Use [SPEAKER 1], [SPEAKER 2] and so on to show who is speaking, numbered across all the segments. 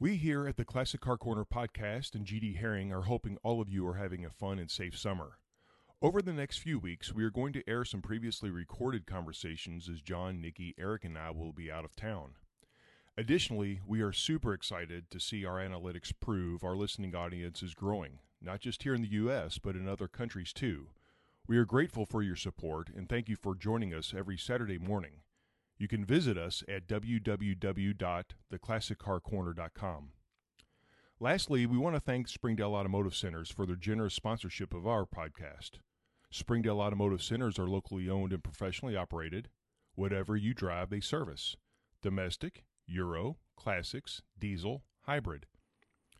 [SPEAKER 1] We here at the Classic Car Corner podcast and GD Herring are hoping all of you are having a fun and safe summer. Over the next few weeks, we are going to air some previously recorded conversations as John, Nikki, Eric, and I will be out of town. Additionally, we are super excited to see our analytics prove our listening audience is growing, not just here in the U.S., but in other countries too. We are grateful for your support and thank you for joining us every Saturday morning. You can visit us at www.theclassiccarcorner.com. Lastly, we want to thank Springdale Automotive Centers for their generous sponsorship of our podcast. Springdale Automotive Centers are locally owned and professionally operated. Whatever you drive, they service domestic, Euro, classics, diesel, hybrid.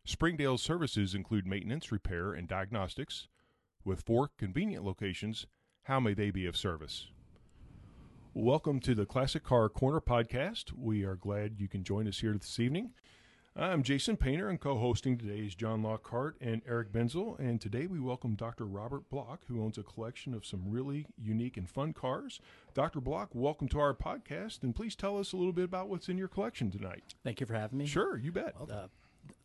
[SPEAKER 1] Springdale's services include maintenance, repair, and diagnostics. With four convenient locations, how may they be of service? Welcome to the Classic Car Corner podcast. We are glad you can join us here this evening. I'm Jason Painter, and co hosting today is John Lockhart and Eric Benzel. And today we welcome Dr. Robert Block, who owns a collection of some really unique and fun cars. Dr. Block, welcome to our podcast, and please tell us a little bit about what's in your collection tonight.
[SPEAKER 2] Thank you for having me.
[SPEAKER 1] Sure, you bet.
[SPEAKER 2] Uh, the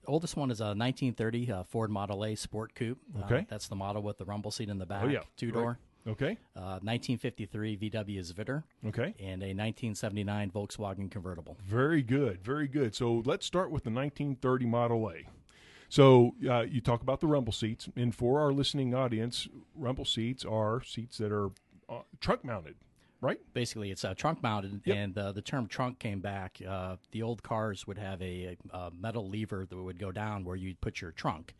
[SPEAKER 2] oldest one is a 1930 uh, Ford Model A Sport Coupe. Uh,
[SPEAKER 1] Okay.
[SPEAKER 2] that's the model with the rumble seat in the back.
[SPEAKER 1] Oh, yeah.
[SPEAKER 2] Two door.
[SPEAKER 1] Right. Okay,
[SPEAKER 2] Uh, 1953 VW Zvitter.
[SPEAKER 1] okay.
[SPEAKER 2] And a 1979 Volkswagen convertible.
[SPEAKER 1] Very good, very good. So let's start with the 1930 Model A. So uh, you talk about the rumble seats, and for our listening audience, rumble seats are seats that are uh, truck mounted, right?
[SPEAKER 2] Basically, it's uh, trunk mounted,
[SPEAKER 1] Yep.
[SPEAKER 2] and uh, the term trunk came back. Uh, the old cars would have a, a metal lever that would go down where you'd put your trunk.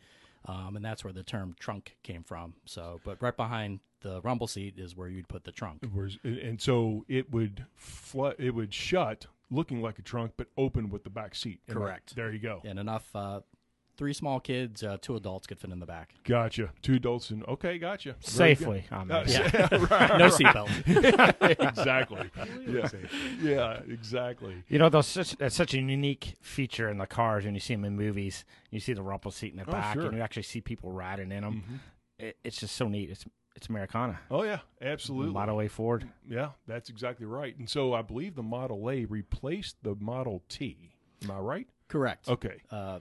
[SPEAKER 2] Um, and that's where the term trunk came from. So, but right behind the rumble seat is where you'd put the trunk.
[SPEAKER 1] Whereas- and- and so it would flu- it would shut, looking like a trunk, but open with the back seat. Am I-
[SPEAKER 2] Correct.
[SPEAKER 1] There you go.
[SPEAKER 2] and enough uh, three small kids, uh, two adults could fit in the back.
[SPEAKER 1] Gotcha. Two adults and okay, gotcha. Very
[SPEAKER 3] safely. I mean,
[SPEAKER 1] good. Uh,
[SPEAKER 2] No seatbelt.
[SPEAKER 1] exactly. yeah. yeah, exactly.
[SPEAKER 3] You know, that's such, that's such a unique feature in the cars when you see them in movies. You see the rumple seat in the
[SPEAKER 1] Oh,
[SPEAKER 3] back,
[SPEAKER 1] sure. Mm-hmm.
[SPEAKER 3] and you actually see people riding in them. It, it's just so neat. It's it's Americana,
[SPEAKER 1] Oh yeah, absolutely.
[SPEAKER 3] Model A Ford.
[SPEAKER 1] Yeah, that's exactly right. And so I believe the Model A replaced the Model T. Am I right?
[SPEAKER 2] Correct.
[SPEAKER 1] Okay.
[SPEAKER 2] Uh,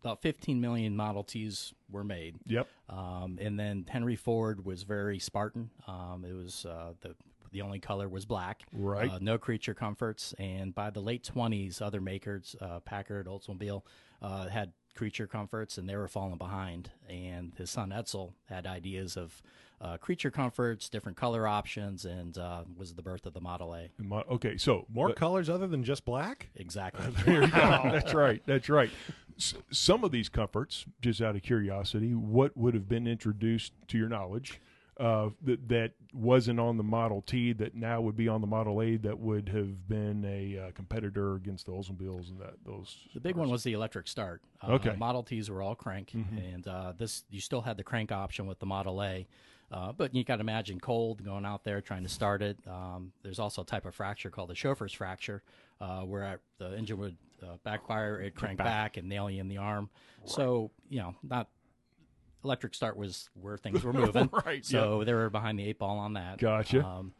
[SPEAKER 2] about 15 million Model Ts were made.
[SPEAKER 1] Yep.
[SPEAKER 2] Um, and then Henry Ford was very Spartan. Um, it was uh, the the only color was black.
[SPEAKER 1] Right.
[SPEAKER 2] Uh, no creature comforts. And by the late 20s, other makers, uh, Packard, Oldsmobile, uh, had creature comforts and they were falling behind. And his son Edsel had ideas of uh, creature comforts, different color options, and uh, was the birth of the Model A.
[SPEAKER 1] And Mo- okay. So
[SPEAKER 4] More
[SPEAKER 1] Mark.
[SPEAKER 4] colors other than just black?
[SPEAKER 2] Exactly.
[SPEAKER 1] There you go. that's right. That's right. S- some of these comforts, just out of curiosity, what would have been introduced to your knowledge uh, that that wasn't on the Model T that now would be on the Model A that would have been a uh, competitor against the Oldsmobiles and that those.
[SPEAKER 2] The big one was the electric start. Uh,
[SPEAKER 1] Okay.
[SPEAKER 2] Model Ts were all crank, and uh, this you still had the crank option with the Model A, uh, but you got to imagine cold going out there trying to start it. Um, there's also a type of fracture called the chauffeur's fracture, uh, where I, the engine would uh, backfire, it crank back. and nail you in the arm. So you know, not electric start was where things were moving.
[SPEAKER 1] Right,
[SPEAKER 2] So they were behind the eight ball on that.
[SPEAKER 1] Gotcha.
[SPEAKER 2] Um,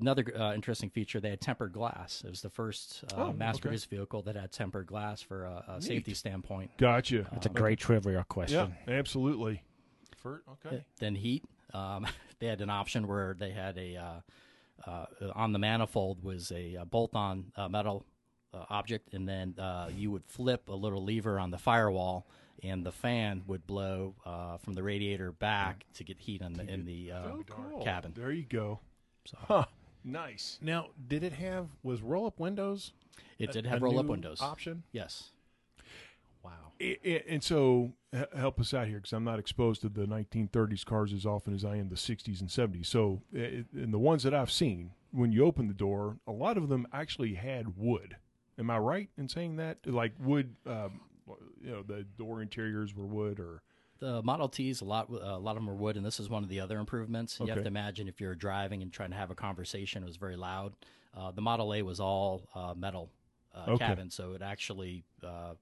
[SPEAKER 2] another uh, interesting feature, they had tempered glass. It was the first uh,
[SPEAKER 1] Oh,
[SPEAKER 2] mass
[SPEAKER 1] okay.
[SPEAKER 2] produced vehicle that had tempered glass for a, a safety standpoint.
[SPEAKER 1] Gotcha.
[SPEAKER 3] It's a great trivia
[SPEAKER 1] yeah,
[SPEAKER 3] question.
[SPEAKER 1] absolutely. For, okay.
[SPEAKER 2] Then heat. Um, they had an option where they had a uh, uh, on the manifold was a, uh bolt-on uh, metal uh, object, and then uh, you would flip a little lever on the firewall, and the fan would blow uh, from the radiator back to get heat on the, in the uh,
[SPEAKER 1] Oh, cool.
[SPEAKER 2] cabin.
[SPEAKER 1] There you go. Huh. Nice.
[SPEAKER 4] Now, did it have was roll up windows?
[SPEAKER 2] It did
[SPEAKER 4] a-
[SPEAKER 2] have
[SPEAKER 4] a
[SPEAKER 2] roll-up
[SPEAKER 4] new
[SPEAKER 2] windows.
[SPEAKER 4] option?
[SPEAKER 2] Yes.
[SPEAKER 4] Wow.
[SPEAKER 1] I- I- and so h- help us out here because I'm not exposed to the 1930s cars as often as I am the 60s and 70s. So, i- i- and the ones that I've seen, when you open the door, a lot of them actually had wood. Am I right in saying that? Like wood, um, you know, the door interiors were wood, or
[SPEAKER 2] The Model Ts, a lot, a lot of them are wood, and this is one of the other improvements. You have
[SPEAKER 1] Okay.
[SPEAKER 2] to imagine if you're driving and trying to have a conversation, it was very loud. Uh, the Model A was all uh, metal uh,
[SPEAKER 1] Okay.
[SPEAKER 2] cabin, so it actually uh,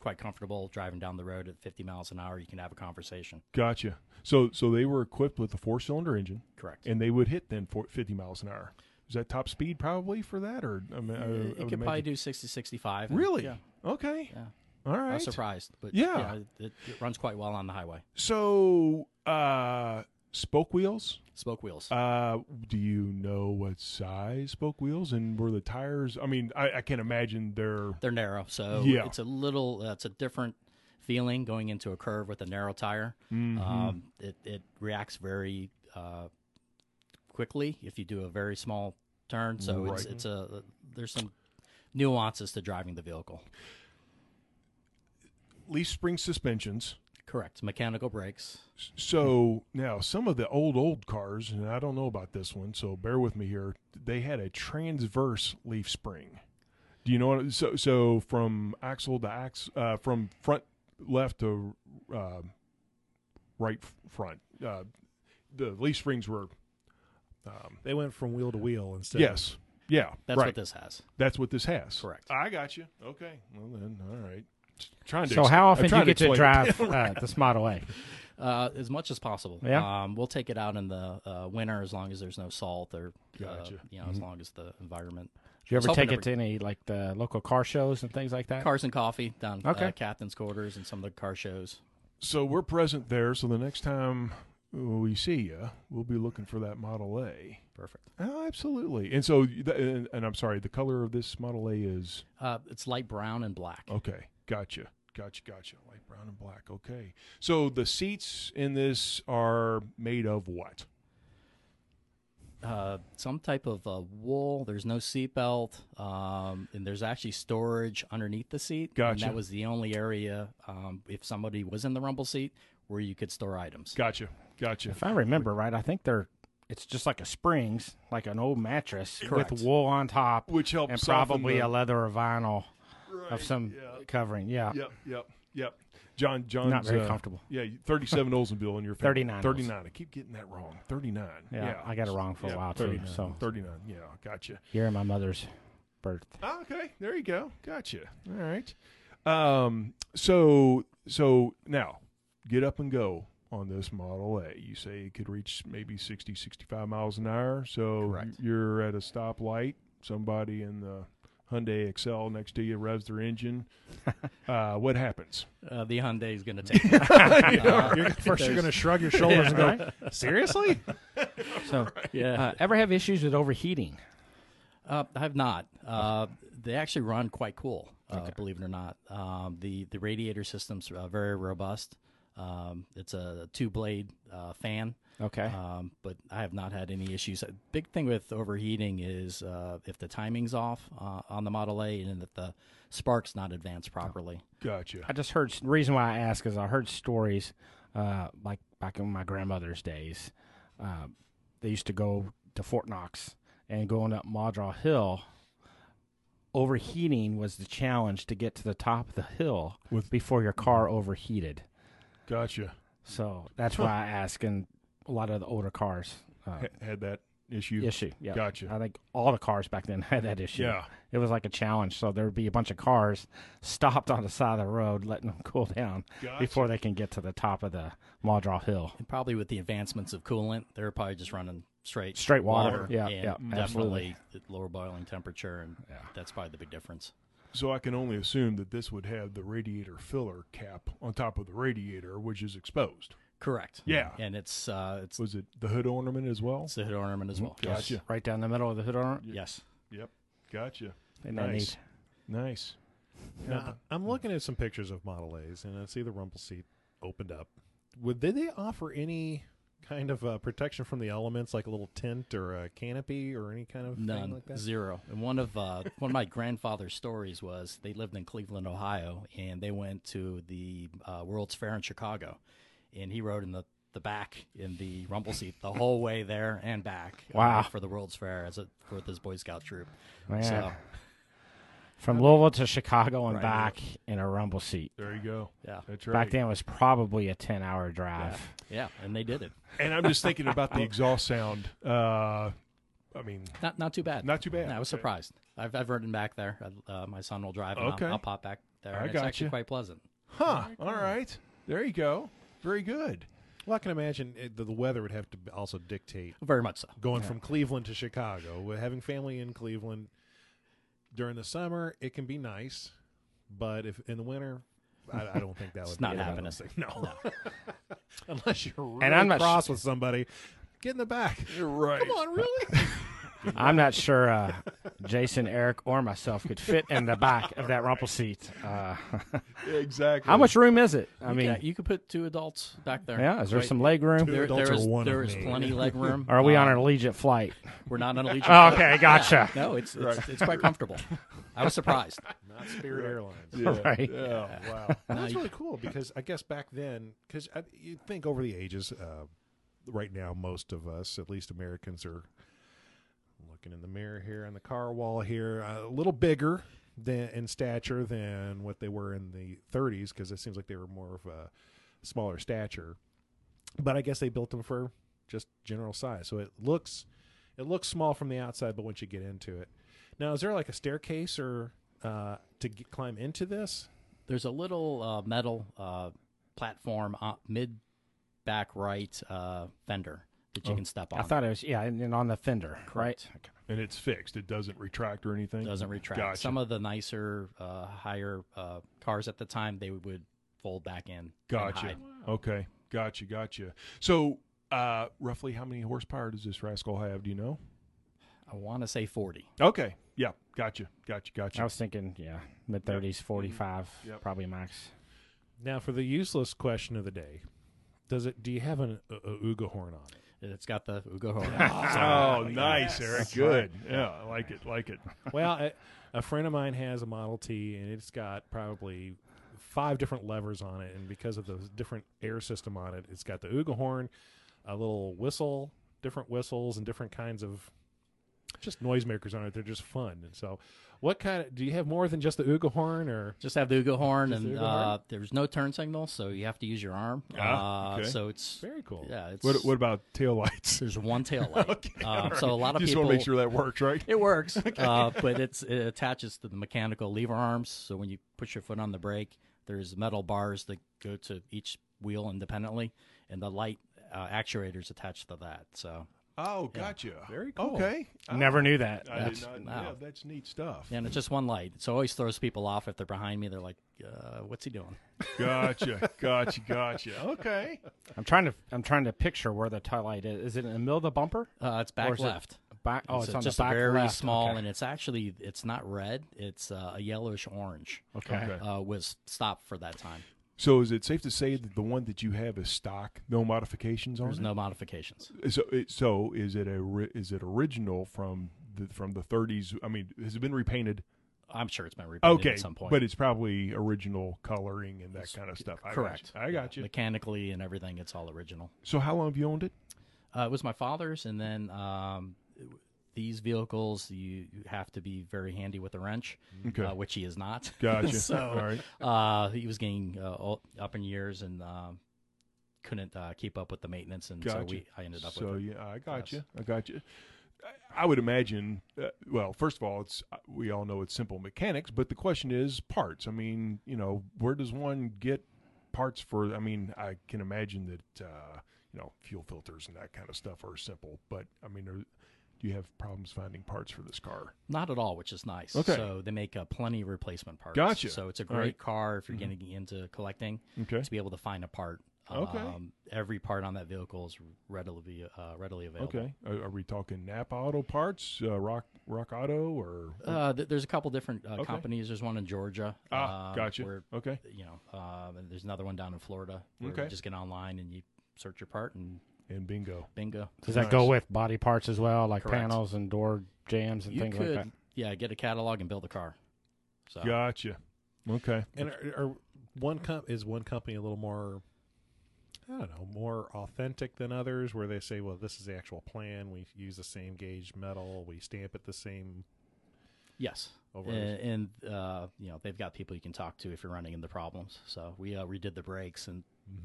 [SPEAKER 2] quite comfortable driving down the road at 50 miles an hour. You can have a conversation.
[SPEAKER 1] gotcha. So, so they were equipped with a four cylinder engine,
[SPEAKER 2] Correct.
[SPEAKER 1] and they would hit then for 50 miles an hour. Is that top speed probably for that, or uh, I mean, I, I
[SPEAKER 2] it
[SPEAKER 1] would
[SPEAKER 2] could probably
[SPEAKER 1] imagine-
[SPEAKER 2] do 60, 65. and-
[SPEAKER 1] really
[SPEAKER 2] Yeah.
[SPEAKER 1] okay.
[SPEAKER 2] Yeah.
[SPEAKER 1] All
[SPEAKER 2] I
[SPEAKER 1] right.
[SPEAKER 2] was surprised, but
[SPEAKER 1] Yeah.
[SPEAKER 2] it, it runs quite well on the highway.
[SPEAKER 1] So, uh, spoke wheels.
[SPEAKER 2] Spoke wheels.
[SPEAKER 1] Uh, do you know what size spoke wheels and were the tires? I mean, I, I can't imagine they're
[SPEAKER 2] They're narrow, so
[SPEAKER 1] Yeah.
[SPEAKER 2] it's a little. Uh, it's a different feeling going into a curve with a narrow tire.
[SPEAKER 1] mm, Mm-hmm.
[SPEAKER 2] Um, it it reacts very uh, quickly if you do a very small turn. So it's
[SPEAKER 1] Right.
[SPEAKER 2] it's a there's some nuances to driving the vehicle.
[SPEAKER 1] leaf spring suspensions.
[SPEAKER 2] Correct. Mechanical brakes.
[SPEAKER 1] So now some of the old old cars, and I don't know about this one, so bear with me here. They had a transverse leaf spring. Do you know what? So so from axle to ax, uh, from front left to uh, right f- front. Uh, the leaf springs were um,
[SPEAKER 4] They went from wheel to wheel instead.
[SPEAKER 1] yes, yeah,
[SPEAKER 2] That's
[SPEAKER 1] right.
[SPEAKER 2] what this has.
[SPEAKER 1] That's what this has.
[SPEAKER 2] Correct.
[SPEAKER 1] I got you. Okay. Well then, all right. Just Trying to
[SPEAKER 3] So
[SPEAKER 1] ex-
[SPEAKER 3] how
[SPEAKER 1] I'm
[SPEAKER 3] often do
[SPEAKER 1] trying
[SPEAKER 3] you get to,
[SPEAKER 1] explain it.
[SPEAKER 3] drive uh, this Model A?
[SPEAKER 2] Uh, as much as possible.
[SPEAKER 3] Yeah.
[SPEAKER 2] Um, we'll take it out in the uh, winter as long as there's no salt or uh,
[SPEAKER 1] Gotcha. Mm-hmm.
[SPEAKER 2] you know as long as the environment.
[SPEAKER 3] Do you ever
[SPEAKER 2] Something
[SPEAKER 3] take it
[SPEAKER 2] every-
[SPEAKER 3] to any like the local car shows and things like that?
[SPEAKER 2] Cars and coffee down
[SPEAKER 3] Okay.
[SPEAKER 2] uh, Captain's Quarters and some of the car shows.
[SPEAKER 1] So we're present there. So the next time we see you, we'll be looking for that Model A.
[SPEAKER 2] Perfect.
[SPEAKER 1] Oh, absolutely. And so, you- th- and, and I'm sorry, the color of this Model A is
[SPEAKER 2] Uh, it's light brown and black.
[SPEAKER 4] Oh.
[SPEAKER 1] okay. Gotcha. Gotcha. Gotcha. Light brown and black. Okay. So the seats in this are made of what?
[SPEAKER 2] Uh, some type of uh, wool. There's no seatbelt, um, and there's actually storage underneath the seat. And
[SPEAKER 1] Gotcha.
[SPEAKER 2] that was the only area, um, if somebody was in the rumble seat, where you could store items.
[SPEAKER 1] Gotcha. Gotcha.
[SPEAKER 3] If I remember right, I think they're it's just like a springs, like an old mattress
[SPEAKER 2] Correct.
[SPEAKER 3] with wool on top
[SPEAKER 1] Which helps
[SPEAKER 3] and
[SPEAKER 1] soften
[SPEAKER 3] probably
[SPEAKER 1] the-
[SPEAKER 3] a leather or vinyl
[SPEAKER 1] Right,
[SPEAKER 3] of some
[SPEAKER 1] yeah.
[SPEAKER 3] covering. Yeah.
[SPEAKER 1] Yep. Yep. Yep. John. John's
[SPEAKER 3] Not very
[SPEAKER 1] uh,
[SPEAKER 3] comfortable.
[SPEAKER 1] Yeah. 37 Oldsmobile in your family.
[SPEAKER 3] 39
[SPEAKER 1] 39. I keep getting that wrong. 39.
[SPEAKER 3] Yeah,
[SPEAKER 1] Yeah.
[SPEAKER 3] I got it wrong for
[SPEAKER 1] Yeah,
[SPEAKER 3] a while too.
[SPEAKER 1] 39.
[SPEAKER 3] So
[SPEAKER 1] 39. Yeah. Gotcha.
[SPEAKER 3] year of my mother's birth.
[SPEAKER 1] Ah, okay, there you go. Gotcha. All right. Um, so so now get up and go on this Model A. You say it could reach maybe 60, 65 miles an hour. So
[SPEAKER 2] Correct.
[SPEAKER 1] you're at a stoplight. Somebody in the Hyundai Excel next to you revs their engine. uh, what happens?
[SPEAKER 2] Uh, the Hyundai is going to take. it. Uh,
[SPEAKER 4] You're, first, you're going to shrug your shoulders and go, seriously?
[SPEAKER 3] So
[SPEAKER 2] yeah.
[SPEAKER 3] uh, ever have issues with overheating?
[SPEAKER 2] Uh, I have not. Uh, they actually run quite cool, uh, believe it or not. Um, the the radiator system's uh, very robust. Um, it's a two blade uh, fan,
[SPEAKER 3] Okay.
[SPEAKER 2] um, but I have not had any issues. A big thing with overheating is uh, if the timing's off uh, on the Model A and that the spark's not advanced properly.
[SPEAKER 1] Gotcha.
[SPEAKER 3] I just heard the reason why I ask is I heard stories uh, like back in my grandmother's days. Uh, they used to go to Fort Knox and going up Maudraw Hill. Overheating was the challenge to get to the top of the hill
[SPEAKER 1] With-
[SPEAKER 3] before your car overheated.
[SPEAKER 1] Gotcha.
[SPEAKER 3] So that's why I ask. And a lot of the older cars uh,
[SPEAKER 1] Ha- had that issue.
[SPEAKER 3] issue. Yeah, Uh,
[SPEAKER 1] Gotcha.
[SPEAKER 3] I think all the cars back then had that issue.
[SPEAKER 1] Yeah.
[SPEAKER 3] It was like a challenge. So there would be a bunch of cars stopped on the side of the road, letting them cool down
[SPEAKER 1] Gotcha.
[SPEAKER 3] before they can get to the top of the Maudraw Hill.
[SPEAKER 2] And probably with the advancements of coolant, they're probably just running straight
[SPEAKER 3] Straight water. Yeah,
[SPEAKER 2] and
[SPEAKER 3] yeah,
[SPEAKER 2] definitely lower boiling temperature, and that's probably the big difference.
[SPEAKER 1] So I can only assume that this would have the radiator filler cap on top of the radiator, which is exposed.
[SPEAKER 2] Correct.
[SPEAKER 1] Hmm. Yeah.
[SPEAKER 2] and it's uh, it's
[SPEAKER 1] Was it the hood ornament as well?
[SPEAKER 2] It's the hood ornament
[SPEAKER 3] Mm-hmm.
[SPEAKER 2] as well.
[SPEAKER 1] Gotcha.
[SPEAKER 3] Right down the middle of the hood arm.
[SPEAKER 2] Yes.
[SPEAKER 1] Yep. Gotcha.
[SPEAKER 3] Isn't that
[SPEAKER 1] Nice.
[SPEAKER 3] neat?
[SPEAKER 1] Nice.
[SPEAKER 4] Now, I'm looking at some pictures of Model A's, and I see the rumble seat opened up. Would did they offer any kind of uh, protection from the elements, like a little tent or a canopy or any kind of
[SPEAKER 2] None.
[SPEAKER 4] thing like that?
[SPEAKER 2] Zero. And one of uh, one of my grandfather's stories was they lived in Cleveland, Ohio, and they went to the uh, World's Fair in Chicago, and he rode in the the back in the rumble seat the whole way there and back. uh,
[SPEAKER 3] Wow.
[SPEAKER 2] for the World's Fair as a for this Boy Scout troop.
[SPEAKER 3] Man.
[SPEAKER 2] So
[SPEAKER 3] From Louisville to Chicago and
[SPEAKER 2] Right.
[SPEAKER 3] back in a rumble seat.
[SPEAKER 1] There you go.
[SPEAKER 2] yeah,
[SPEAKER 1] That's right.
[SPEAKER 3] Back then it was probably a 10 hour drive.
[SPEAKER 2] yeah, and they did it.
[SPEAKER 1] And I'm just thinking about the exhaust sound. Uh, I mean,
[SPEAKER 2] Not not too bad.
[SPEAKER 1] Not too bad.
[SPEAKER 2] No, I was
[SPEAKER 1] Okay.
[SPEAKER 2] surprised. I've I've ridden back there. Uh, my son will drive. And I'll-
[SPEAKER 1] Okay.
[SPEAKER 2] I'll, pop back there.
[SPEAKER 1] I
[SPEAKER 2] and it's
[SPEAKER 1] gotcha.
[SPEAKER 2] actually quite pleasant.
[SPEAKER 1] huh. All right. There you go. Very good.
[SPEAKER 4] Well, I can imagine it, the, the weather would have to b- also dictate
[SPEAKER 2] Very much so.
[SPEAKER 4] going from Cleveland to Chicago. We're having family in Cleveland during the summer, it can be nice, but if in the winter, I, I don't think that would.
[SPEAKER 2] It's
[SPEAKER 4] be
[SPEAKER 2] not
[SPEAKER 4] it, I
[SPEAKER 2] happening.
[SPEAKER 4] don't think. No, unless you're really
[SPEAKER 3] I'm not
[SPEAKER 4] cross with somebody. Get in the back.
[SPEAKER 1] You're right.
[SPEAKER 4] Come on, really?
[SPEAKER 3] I'm not sure uh, Jason, Eric, or myself could fit in the back of that rumple seat. Uh,
[SPEAKER 1] Exactly.
[SPEAKER 3] how much room is it? I mean,
[SPEAKER 2] yeah, you could put two adults back there.
[SPEAKER 3] yeah, is there
[SPEAKER 2] Right.
[SPEAKER 3] some leg room?
[SPEAKER 4] Two
[SPEAKER 2] There,
[SPEAKER 4] adults
[SPEAKER 2] there
[SPEAKER 4] or
[SPEAKER 2] is,
[SPEAKER 4] one
[SPEAKER 2] there
[SPEAKER 4] of
[SPEAKER 2] is
[SPEAKER 4] me.
[SPEAKER 2] plenty leg room.
[SPEAKER 3] Or are we on
[SPEAKER 2] Um,
[SPEAKER 3] an Allegiant flight?
[SPEAKER 2] We're not on a Legion.
[SPEAKER 3] Okay, gotcha.
[SPEAKER 2] No, it's it's, it's quite comfortable. I was surprised.
[SPEAKER 4] Not Spirit Airlines.
[SPEAKER 1] Yeah.
[SPEAKER 3] Right.
[SPEAKER 1] Yeah.
[SPEAKER 4] Wow, that's really cool because I guess back then, because you think over the ages, uh, right now most of us, at least Americans, are looking in the mirror here on the car wall here, uh, a little bigger than in stature than what they were in the 30s because it seems like they were more of a smaller stature. But I guess they built them for just general size, so it looks it looks small from the outside, but once you get into it, now is there like a staircase or uh, to get, climb into this?
[SPEAKER 2] There's a little uh, metal uh, platform uh, mid back right uh, fender that you can step on.
[SPEAKER 3] I thought it was yeah, and, and on the fender, right?
[SPEAKER 1] And it's fixed. It doesn't retract or anything.
[SPEAKER 2] doesn't retract.
[SPEAKER 1] Gotcha.
[SPEAKER 2] Some of the nicer, uh, higher uh, cars at the time they would fold back in. and
[SPEAKER 1] Gotcha.
[SPEAKER 2] hide.
[SPEAKER 1] Okay. Gotcha. Gotcha. So, uh, roughly how many horsepower does this rascal have? Do you know?
[SPEAKER 2] I want to say 40.
[SPEAKER 1] Okay. Yeah. Gotcha. Gotcha. Gotcha.
[SPEAKER 3] I was thinking, yeah, mid thirties, forty five,
[SPEAKER 2] Mm-hmm.
[SPEAKER 1] Yep.
[SPEAKER 3] probably max.
[SPEAKER 4] Now, for the useless question of the day, does it? Do you have an uh, uh, Uga horn on it?
[SPEAKER 2] It's got the Ugo horn.
[SPEAKER 1] Oh, nice, Eric. Good. Yeah, I like it. Like it.
[SPEAKER 4] Well, I, a friend of mine has a Model T, and it's got probably five different levers on it, and because of the different air system on it, it's got the Uga horn, a little whistle, different whistles, and different kinds of just noisemakers on it. They're just fun, and so. What kind of do you have more than just the Uga horn, or
[SPEAKER 2] Just have the Ugo horn,
[SPEAKER 4] Just the
[SPEAKER 2] and
[SPEAKER 4] Ugo horn?
[SPEAKER 2] uh, there's no turn signal, so you have to use your arm.
[SPEAKER 1] Ah,
[SPEAKER 2] uh,
[SPEAKER 1] okay.
[SPEAKER 2] So it's
[SPEAKER 4] very cool?
[SPEAKER 2] yeah, it's
[SPEAKER 1] What, what about tail lights?
[SPEAKER 2] there's one tail light. uh, So a lot of
[SPEAKER 1] just
[SPEAKER 2] people
[SPEAKER 1] want to make sure that works, right?
[SPEAKER 2] It works, uh, but it's it attaches to the mechanical lever arms. So when you push your foot on the brake, there's metal bars that go to each wheel independently, and the light uh, actuators attached to that. So
[SPEAKER 1] Oh, gotcha.
[SPEAKER 4] Very cool.
[SPEAKER 1] Okay.
[SPEAKER 2] Uh,
[SPEAKER 3] Never knew that. Uh,
[SPEAKER 1] I
[SPEAKER 2] That's-
[SPEAKER 1] did not.
[SPEAKER 2] wow.
[SPEAKER 1] Yeah, that's neat stuff.
[SPEAKER 2] and it's just one light. So it always throws people off if they're behind me. They're like, uh, "What's he doing?"
[SPEAKER 1] Gotcha. Gotcha. Gotcha. Okay.
[SPEAKER 3] I'm trying to I'm trying to picture where the tail light is. Is it in the middle of the bumper?
[SPEAKER 2] Uh, it's
[SPEAKER 3] Or
[SPEAKER 2] back
[SPEAKER 3] is it
[SPEAKER 2] left.
[SPEAKER 3] Back oh,
[SPEAKER 2] So
[SPEAKER 3] it's, on
[SPEAKER 2] just
[SPEAKER 3] the back
[SPEAKER 2] very
[SPEAKER 3] left.
[SPEAKER 2] small,
[SPEAKER 3] Okay.
[SPEAKER 2] and it's actually it's not red. It's uh, a yellowish orange.
[SPEAKER 3] okay.
[SPEAKER 1] Okay.
[SPEAKER 2] Uh, was stopped for that time.
[SPEAKER 1] So, is it safe to say that the one that you have is stock, no modifications on
[SPEAKER 2] There's
[SPEAKER 1] it?
[SPEAKER 2] no modifications.
[SPEAKER 1] So, it, so is it a ri- is it original from the from the 30s? I mean, has it been repainted?
[SPEAKER 2] I'm sure it's been repainted
[SPEAKER 1] Okay,
[SPEAKER 2] at some point.
[SPEAKER 1] but it's probably original coloring and that kind of stuff. I got
[SPEAKER 2] correct.
[SPEAKER 1] you. I got you.
[SPEAKER 2] mechanically and everything, it's all original.
[SPEAKER 1] So, how long have you owned it?
[SPEAKER 2] Uh, it was my father's, and then um, these vehicles you, you have to be very handy with a wrench,
[SPEAKER 1] Okay.
[SPEAKER 2] uh, which he is not.
[SPEAKER 1] Gotcha.
[SPEAKER 2] so
[SPEAKER 1] All right.
[SPEAKER 2] uh, he was getting uh, all, up in years and um, couldn't uh, keep up with the maintenance, and so
[SPEAKER 1] Gotcha.
[SPEAKER 2] we I ended up
[SPEAKER 1] so
[SPEAKER 2] with. it.
[SPEAKER 1] yeah, I got you. I got you. I- I would imagine. Uh, well, first of all, it's uh, we all know it's simple mechanics, but the question is parts. I mean, you know, where does one get parts for? I mean, I can imagine that uh, you know fuel filters and that kind of stuff are simple, but I mean, are, do you have problems finding parts for this car?
[SPEAKER 2] Not at all, which is nice.
[SPEAKER 1] Okay.
[SPEAKER 2] So they make uh, plenty of replacement parts.
[SPEAKER 1] Gotcha.
[SPEAKER 2] So it's a
[SPEAKER 1] All
[SPEAKER 2] great
[SPEAKER 1] right. Mm-hmm.
[SPEAKER 2] car if you're getting into collecting
[SPEAKER 1] Okay.
[SPEAKER 2] to be able to find a part. Um,
[SPEAKER 1] Okay.
[SPEAKER 2] Every part on that vehicle is readily uh, readily available.
[SPEAKER 1] Okay. Are, are we talking Napa Auto Parts, uh, Rock Rock Auto, or
[SPEAKER 2] Uh, th- there's a couple different uh,
[SPEAKER 1] Okay.
[SPEAKER 2] companies. There's one in Georgia.
[SPEAKER 1] ah,
[SPEAKER 2] um,
[SPEAKER 1] gotcha.
[SPEAKER 2] Where,
[SPEAKER 1] okay.
[SPEAKER 2] you know, um, and there's another one down in Florida. Where
[SPEAKER 1] Okay.
[SPEAKER 2] You just get online and you search your part and
[SPEAKER 1] And bingo.
[SPEAKER 2] bingo.
[SPEAKER 3] Does that go
[SPEAKER 1] Nice.
[SPEAKER 3] with body parts as well, like
[SPEAKER 2] Correct.
[SPEAKER 3] panels and door jams and
[SPEAKER 2] You
[SPEAKER 3] things
[SPEAKER 2] could,
[SPEAKER 3] like that?
[SPEAKER 2] yeah, get a catalog and build a car. So
[SPEAKER 1] Gotcha. Okay.
[SPEAKER 4] And are, are one comp is one company a little more, I don't know, more authentic than others, where they say, "Well, this is the actual plan. We use the same gauge metal. We stamp it the same."
[SPEAKER 2] yes,
[SPEAKER 4] Over
[SPEAKER 2] and, and uh, you know they've got people you can talk to if you're running into problems. So we uh, redid the brakes and.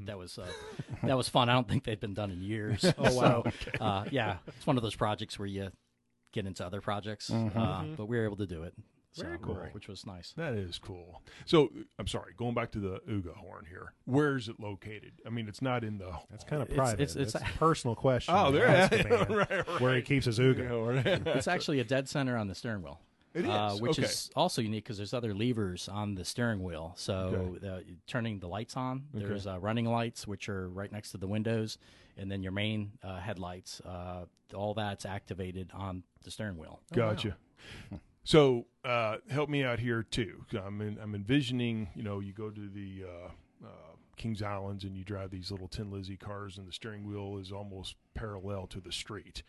[SPEAKER 2] That was uh, that was fun. I don't think they've been done in years. oh wow! uh, yeah, it's one of those projects where you get into other projects, uh, but we were able to do it.
[SPEAKER 4] Very
[SPEAKER 2] so,
[SPEAKER 4] cool.
[SPEAKER 2] which was nice.
[SPEAKER 1] That is cool. So uh, I'm sorry, going back to the Uga horn here. Where is it located? I mean, it's not in the.
[SPEAKER 4] That's kind of
[SPEAKER 2] It's-
[SPEAKER 4] private.
[SPEAKER 2] it's-
[SPEAKER 4] It's,
[SPEAKER 2] it's-
[SPEAKER 4] a personal question.
[SPEAKER 1] Oh,
[SPEAKER 4] to
[SPEAKER 1] there-
[SPEAKER 4] ask the man
[SPEAKER 1] right, right.
[SPEAKER 4] Where he keeps his Uga.
[SPEAKER 2] It's actually a dead center on the steering wheel.
[SPEAKER 1] It is.
[SPEAKER 2] uh, which
[SPEAKER 1] okay.
[SPEAKER 2] is also unique because there's other levers on the steering wheel. So uh, turning the lights on,
[SPEAKER 1] Okay.
[SPEAKER 2] there's uh, running lights, which are right next to the windows, and then your main uh, headlights. Uh, all that's activated on the steering wheel.
[SPEAKER 1] Gotcha. So uh, help me out here too. 'cause I'm in, I'm envisioning. You know, you go to the uh, uh, Kings Islands and you drive these little Tin Lizzie cars, and the steering wheel is almost parallel to the street.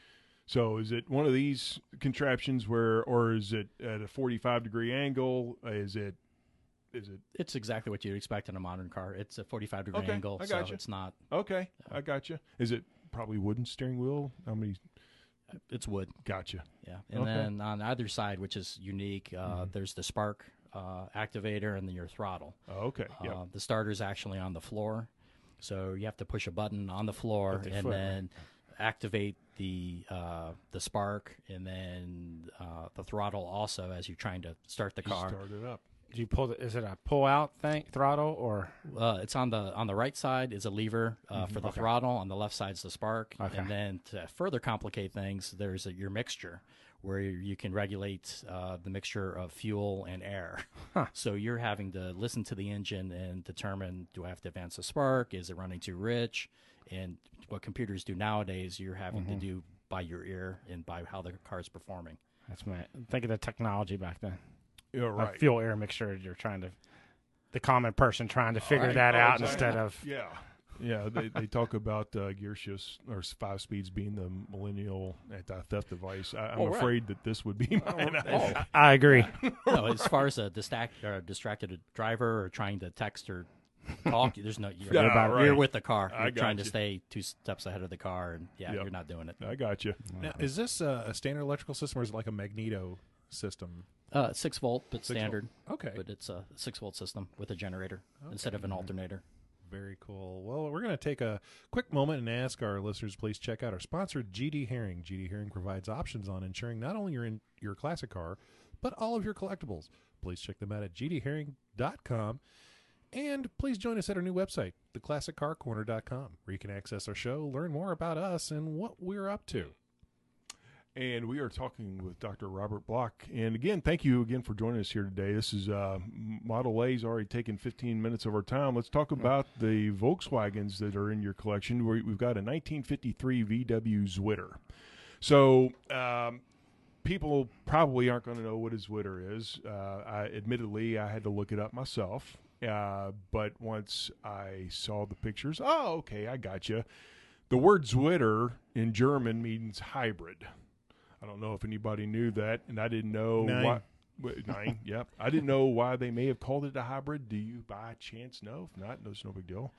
[SPEAKER 1] So is it one of these contraptions where, or is it at a 45 degree angle? Is it is it
[SPEAKER 2] It's exactly what you'd expect in a modern car. It's a 45 degree
[SPEAKER 1] Okay,
[SPEAKER 2] angle,
[SPEAKER 1] I
[SPEAKER 2] so
[SPEAKER 1] gotcha.
[SPEAKER 2] it's not.
[SPEAKER 1] okay? I gotcha. Is it probably wooden steering wheel? How many?
[SPEAKER 2] It's wood.
[SPEAKER 1] Gotcha.
[SPEAKER 2] Yeah, and
[SPEAKER 1] Okay. Mm-hmm.
[SPEAKER 2] then on either side, which is unique, uh, there's the spark uh, activator and then your throttle.
[SPEAKER 1] Oh, Okay. Yeah.
[SPEAKER 2] Uh, the starter's actually on the floor, so you have to push a button on the floor
[SPEAKER 4] With your
[SPEAKER 2] and
[SPEAKER 4] foot, right.
[SPEAKER 2] then activate the uh, the spark and then uh, the throttle also as you're trying to start the car.
[SPEAKER 1] Start it up.
[SPEAKER 3] Do you pull? The, is it a pull out thing, throttle, or
[SPEAKER 2] Uh, it's on the on the right side is a lever uh, for the throttle. On the left side's the spark.
[SPEAKER 3] Okay.
[SPEAKER 2] And then to further complicate things, there's a, your mixture where you can regulate uh, the mixture of fuel and air. So you're having to listen to the engine and determine: do I have to advance the spark? Is it running too rich? And what computers do nowadays, you're having to do by your ear and by how the car's performing.
[SPEAKER 3] that's my think of the technology back then.
[SPEAKER 1] Yeah. Right.
[SPEAKER 3] A fuel air mixture. You're trying to the common person trying to figure
[SPEAKER 1] Right.
[SPEAKER 3] that
[SPEAKER 1] Oh,
[SPEAKER 3] out
[SPEAKER 1] exactly.
[SPEAKER 3] instead of
[SPEAKER 1] yeah yeah they, they talk about uh, gear shifts or five speeds being the millennial anti-theft device I, i'm
[SPEAKER 2] Oh, right.
[SPEAKER 1] afraid that this would be mine
[SPEAKER 2] Oh,
[SPEAKER 3] I agree.
[SPEAKER 2] no, as far as a distract or a distracted driver or trying to text or talk, there's no you're,
[SPEAKER 1] Yeah,
[SPEAKER 2] you're about-
[SPEAKER 1] right.
[SPEAKER 2] you're with the car.
[SPEAKER 1] I
[SPEAKER 2] You're trying
[SPEAKER 1] got you.
[SPEAKER 2] to stay two steps ahead of the car, and yeah,
[SPEAKER 1] Yep.
[SPEAKER 2] you're not doing it.
[SPEAKER 1] i got you
[SPEAKER 4] Now, is this a, a standard electrical system or is it like a magneto system?
[SPEAKER 2] Uh, six volt, but standard.
[SPEAKER 4] Okay.
[SPEAKER 2] But it's a six volt system with a generator instead of an alternator.
[SPEAKER 4] Very cool. Well, we're going to take a quick moment and ask our listeners please check out our sponsor, GD Herring. GD Herring provides options on insuring not only your in, your classic car, but all of your collectibles. Please check them out at gdherring.com. And please join us at our new website, theclassiccarcorner.com, where you can access our show, learn more about us, and what we're up to.
[SPEAKER 1] and we are talking with dr robert block and again thank you again for joining us here today this is uh, model a's already taken 15 minutes of our time let's talk about the volkswagens that are in your collection We- we've got a 1953 vw zwitter so um, people probably aren't going to know what a Zwitter is. Uh, I, admittedly, I had to look it up myself. Uh, but once I saw the pictures, oh, okay, I gotcha. The word Zwitter in German means hybrid. I don't know if anybody knew that, and I didn't know
[SPEAKER 4] Nine.
[SPEAKER 1] why. wait, Nine, yep. I didn't know why they may have called it a hybrid. Do you by chance know? If not, no, it's no big deal.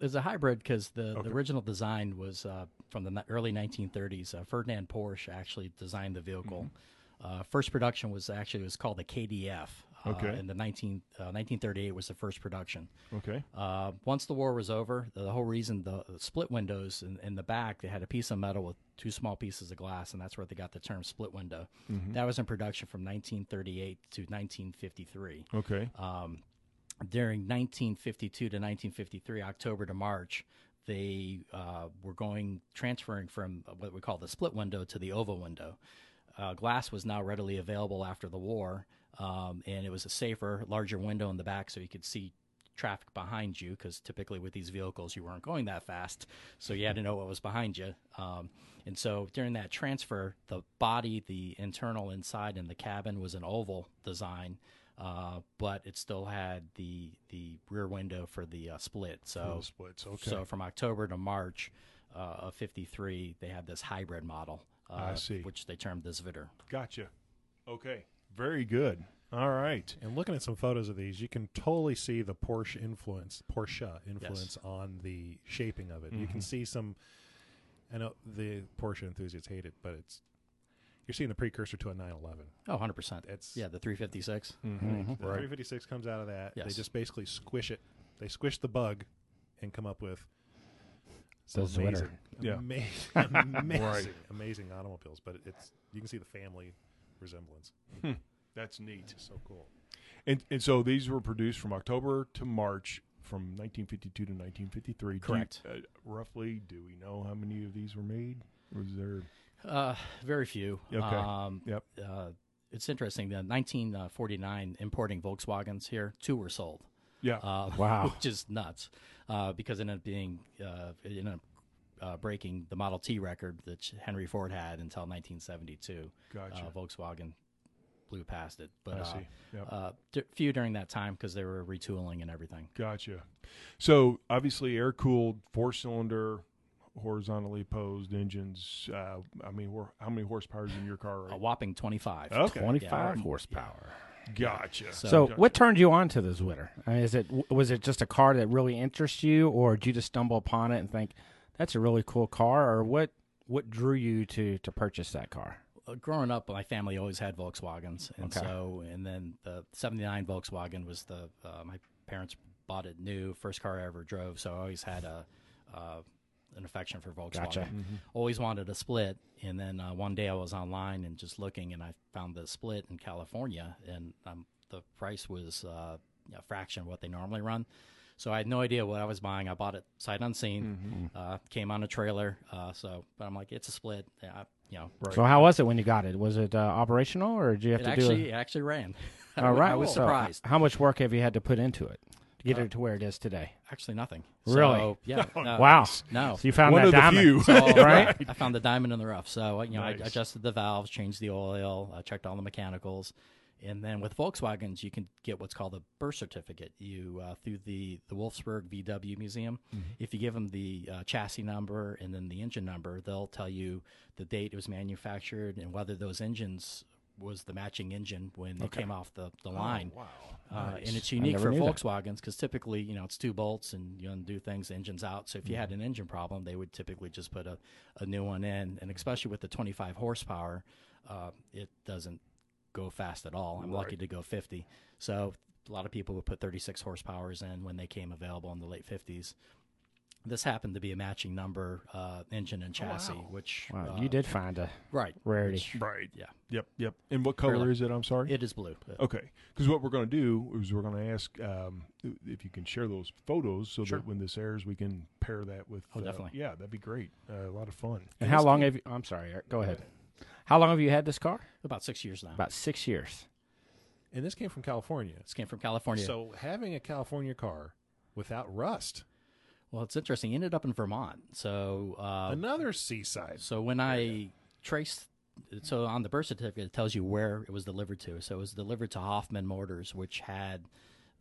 [SPEAKER 2] It's a hybrid because the,
[SPEAKER 1] Okay.
[SPEAKER 2] the original design was uh, from the ni- early 1930s. Uh, Ferdinand Porsche actually designed the vehicle.
[SPEAKER 1] Mm-hmm.
[SPEAKER 2] Uh, first production was actually it was called the KDF. Uh,
[SPEAKER 1] Okay.
[SPEAKER 2] And the 19, uh, 1938 was the first production.
[SPEAKER 1] Okay.
[SPEAKER 2] Uh, once the war was over, the whole reason the the split windows in, in the back, they had a piece of metal with two small pieces of glass, and that's where they got the term split window. That was in production from 1938 to 1953.
[SPEAKER 1] Okay.
[SPEAKER 2] Uh, During 1952 to 1953, October to March, they uh, were going transferring from what we call the split window to the oval window. Uh, glass was now readily available after the war, um, and it was a safer, larger window in the back, so you could see traffic behind you because typically with these vehicles you weren't going that fast so you had to know what was behind you um, and so during that transfer the body the internal inside and the cabin was an oval design uh, but it still had the the rear window for the uh, split
[SPEAKER 1] Hmm.
[SPEAKER 2] so
[SPEAKER 1] splits. Okay.
[SPEAKER 2] so from october to march uh, of 53 they had this hybrid model uh,
[SPEAKER 1] I see.
[SPEAKER 2] which they termed the zvitter
[SPEAKER 1] Gotcha. Okay. Very good. All right.
[SPEAKER 4] And looking at some photos of these, you can totally see the Porsche influence, Porsche influence on the shaping of it. You can see some. I know the Porsche enthusiasts hate it, but it's you're seeing the precursor to a 911.
[SPEAKER 2] oh 100%
[SPEAKER 4] That's-
[SPEAKER 2] yeah the 356
[SPEAKER 1] Hmm.
[SPEAKER 4] The 356 comes out of that. They
[SPEAKER 2] Yes.
[SPEAKER 4] just basically squish it. They squish the bug, and come up with
[SPEAKER 3] The
[SPEAKER 4] some amazing,
[SPEAKER 3] Zwitter.
[SPEAKER 1] Yeah.
[SPEAKER 4] amazing, amazing,
[SPEAKER 1] Right.
[SPEAKER 4] amazing automobiles. But it's you can see the family resemblance.
[SPEAKER 1] That's neat.
[SPEAKER 4] So cool.
[SPEAKER 1] And and so these were produced from October to March from 1952 to 1953. Do you-
[SPEAKER 2] Correct.
[SPEAKER 1] uh, roughly, do we know how many of these were made? Was there
[SPEAKER 2] Uh, very few.
[SPEAKER 1] Okay.
[SPEAKER 2] Um,
[SPEAKER 1] Yep.
[SPEAKER 2] Uh, it's interesting. The 1949 importing Volkswagens here, two were sold.
[SPEAKER 1] Yeah.
[SPEAKER 2] Uh,
[SPEAKER 3] Wow.
[SPEAKER 2] which is nuts, uh, because it ended up being uh, it ended up uh, breaking the Model T record that Henry Ford had until 1972.
[SPEAKER 1] Gotcha.
[SPEAKER 2] Uh, Volkswagen blew past it,
[SPEAKER 1] I
[SPEAKER 2] but uh,
[SPEAKER 1] see. Yep.
[SPEAKER 2] uh, d- few during that time because they were retooling and everything.
[SPEAKER 1] Gotcha. So obviously, air cooled, four cylinder, horizontally posed engines. Uh, I mean, whor- how many horsepower is in your car? Right?
[SPEAKER 2] A whopping 25.
[SPEAKER 1] okay.
[SPEAKER 3] 25
[SPEAKER 2] yeah.
[SPEAKER 3] horsepower.
[SPEAKER 1] Gotcha.
[SPEAKER 2] Oh, So-
[SPEAKER 3] So,
[SPEAKER 1] Gotcha.
[SPEAKER 3] what turned you on to this Witter? I mean, is it w- was it just a car that really interests you, or did you just stumble upon it and think that's a really cool car, or what? What drew you to to purchase that car?
[SPEAKER 2] uh, growing up, my family always had Volkswagens, and
[SPEAKER 3] Okay.
[SPEAKER 2] so and then the '79 Volkswagen was the uh, my parents bought it new, first car I ever drove. So I always had a uh, an affection for Volkswagen.
[SPEAKER 3] Gotcha.
[SPEAKER 2] Always wanted a split, and then uh, one day I was online and just looking, and I found the split in California, and um, the price was uh, a fraction of what they normally run. So I had no idea what I was buying. I bought it sight unseen.
[SPEAKER 3] Mm-hmm.
[SPEAKER 2] Uh, came on a trailer, uh, so but I'm like, it's a split. I, you know,
[SPEAKER 1] Right.
[SPEAKER 3] So how was it when you got it? Was it uh, operational, or did you have
[SPEAKER 2] it
[SPEAKER 3] to
[SPEAKER 2] actually
[SPEAKER 3] do?
[SPEAKER 2] it actually ran. I
[SPEAKER 3] All
[SPEAKER 2] was-
[SPEAKER 3] right,
[SPEAKER 2] I was
[SPEAKER 3] so h-
[SPEAKER 2] surprised.
[SPEAKER 3] How much work have you had to put into it
[SPEAKER 1] Uh,
[SPEAKER 3] to get it to where it is today?
[SPEAKER 2] Actually, nothing.
[SPEAKER 3] Really?
[SPEAKER 2] So, yeah. no,
[SPEAKER 3] wow!
[SPEAKER 2] No.
[SPEAKER 3] So you found
[SPEAKER 1] One
[SPEAKER 3] that
[SPEAKER 1] of the few.
[SPEAKER 3] diamond,
[SPEAKER 2] So,
[SPEAKER 3] right?
[SPEAKER 2] I found the diamond in the rough. So uh, you know, I
[SPEAKER 1] Nice.
[SPEAKER 2] adjusted the valves, changed the oil, I checked all the mechanicals, and then with Volkswagens, you can get what's called a birth certificate. You uh, through the the Wolfsburg VW Museum.
[SPEAKER 3] Mm-hmm.
[SPEAKER 2] If you give them the uh, chassis number and then the engine number, they'll tell you the date it was manufactured and whether those engines was the matching engine when they came off the, the line.
[SPEAKER 3] Oh,
[SPEAKER 2] Uh, and it's unique
[SPEAKER 3] never
[SPEAKER 2] for
[SPEAKER 3] knew that.
[SPEAKER 2] Volkswagens because typically, you know, it's two bolts and you undo things, the engine's out. So if you had an engine problem, they would typically just put a, a new one in. And especially with the 25 horsepower, uh, it doesn't go fast at all. I'm lucky to go 50. So a lot of people would put 36 horsepowers in when they came available in the late 50s. This happened to be a matching number uh, engine and chassis, which
[SPEAKER 3] Oh, Wow,
[SPEAKER 2] uh,
[SPEAKER 3] you did find a
[SPEAKER 2] right
[SPEAKER 3] rarity.
[SPEAKER 2] which-
[SPEAKER 1] Right.
[SPEAKER 2] Yeah.
[SPEAKER 1] Yep. Yep. And what color
[SPEAKER 2] Fairly.
[SPEAKER 1] is it? I'm sorry.
[SPEAKER 2] it is blue. Uh,
[SPEAKER 1] Okay, because what we're going to do is we're going to ask um, if you can share those photos so
[SPEAKER 2] Sure.
[SPEAKER 1] that when this airs, we can pair that with.
[SPEAKER 2] Oh,
[SPEAKER 1] uh,
[SPEAKER 2] definitely.
[SPEAKER 1] yeah, that'd be great. Uh, a lot of fun.
[SPEAKER 3] And how long have you? I'm sorry, Eric, go ahead. How long have you had this car?
[SPEAKER 2] About six years now.
[SPEAKER 3] About six years.
[SPEAKER 4] And this came from California.
[SPEAKER 2] This came from California.
[SPEAKER 4] So having a California car without rust,
[SPEAKER 2] Well, it's interesting. He ended up in Vermont. So, uh,
[SPEAKER 4] another seaside.
[SPEAKER 2] so when I traced, so on the birth certificate, it tells you where it was delivered to. So it was delivered to Hoffman Motors, which had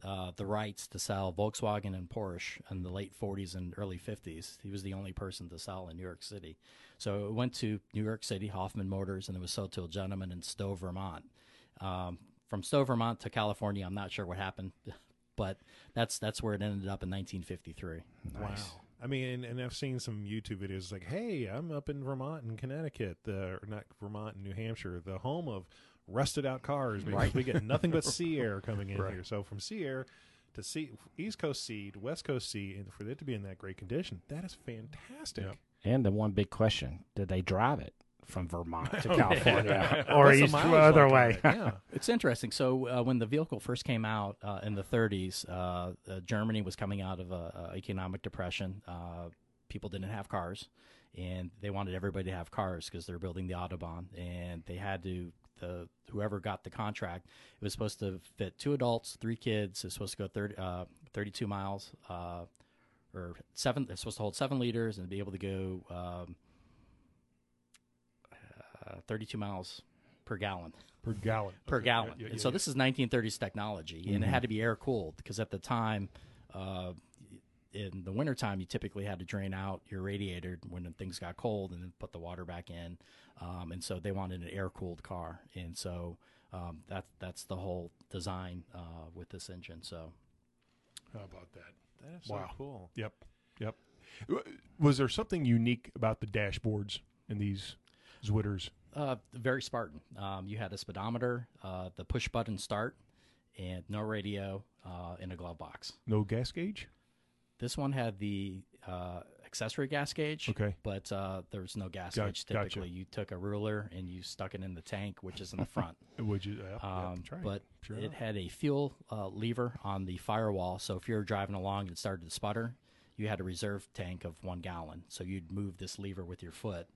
[SPEAKER 2] uh, the rights to sell Volkswagen and Porsche in the late 40s and early 50s. He was the only person to sell in New York City. So it went to New York City, Hoffman Motors, and it was sold to a gentleman in Stowe, Vermont. Um, from Stowe, Vermont to California, I'm not sure what happened, but that's that's where it ended up in 1953.
[SPEAKER 4] Wow. I mean, and, and I've seen some YouTube videos like, "Hey, I'm up in Vermont and Connecticut, the or not Vermont and New Hampshire, the home of rusted out cars because we get nothing but sea air coming in here. So from sea air to sea, East Coast sea to West Coast sea, and for it to be in that great condition, that is fantastic.
[SPEAKER 3] And the one big question: Did they drive it from Vermont
[SPEAKER 1] Oh,
[SPEAKER 3] to California, or
[SPEAKER 4] That's the
[SPEAKER 3] east
[SPEAKER 4] mileage
[SPEAKER 3] other
[SPEAKER 4] left on
[SPEAKER 3] way?
[SPEAKER 4] it, yeah.
[SPEAKER 2] It's interesting. So uh, when the vehicle first came out uh, in the 30s, uh, uh, Germany was coming out of a, a economic depression. Uh, people didn't have cars, and they wanted everybody to have cars because they're building the autobahn, and they had to. The whoever got the contract, it was supposed to fit two adults, three kids. It was supposed to go 30, uh, 32 miles, uh, or seven. It's supposed to hold seven liters and be able to go um, uh, 32 miles per gallon
[SPEAKER 1] Per gallon.
[SPEAKER 2] per
[SPEAKER 1] Okay, yeah,
[SPEAKER 2] gallon.
[SPEAKER 1] yeah,
[SPEAKER 2] and
[SPEAKER 1] yeah,
[SPEAKER 2] so
[SPEAKER 1] yeah. Mm-hmm.
[SPEAKER 2] this is 1930s technology, and it had to be air cooled because at the time, uh, in the wintertime, you typically had to drain out your radiator when things got cold and then put the water back in. Um, and so they wanted an air cooled car, and so um, that's that's the whole design uh, with this engine. So
[SPEAKER 1] How about that?
[SPEAKER 4] That is so
[SPEAKER 1] Wow.
[SPEAKER 4] cool.
[SPEAKER 1] Yep. Yep. W- Was there something unique about the dashboards in these Zwitters?
[SPEAKER 2] Uh, very Spartan. Um, you had a speedometer, uh, the push button start, and no radio uh, in a glove box.
[SPEAKER 1] No gas gauge.
[SPEAKER 2] This one had the uh, accessory gas gauge.
[SPEAKER 1] Okay.
[SPEAKER 2] But uh, there was no gas
[SPEAKER 1] Got-
[SPEAKER 2] gauge.
[SPEAKER 1] gotcha.
[SPEAKER 2] Typically, you took a ruler and you stuck it in the tank, which is in the front.
[SPEAKER 1] Would you? Yep,
[SPEAKER 2] Um,
[SPEAKER 1] yep, that's right.
[SPEAKER 2] But
[SPEAKER 1] Sure
[SPEAKER 2] it
[SPEAKER 1] enough.
[SPEAKER 2] had a fuel uh, lever on the firewall. So if you're driving along and it started to sputter, you had a reserve tank of one gallon. So you'd move this lever with your foot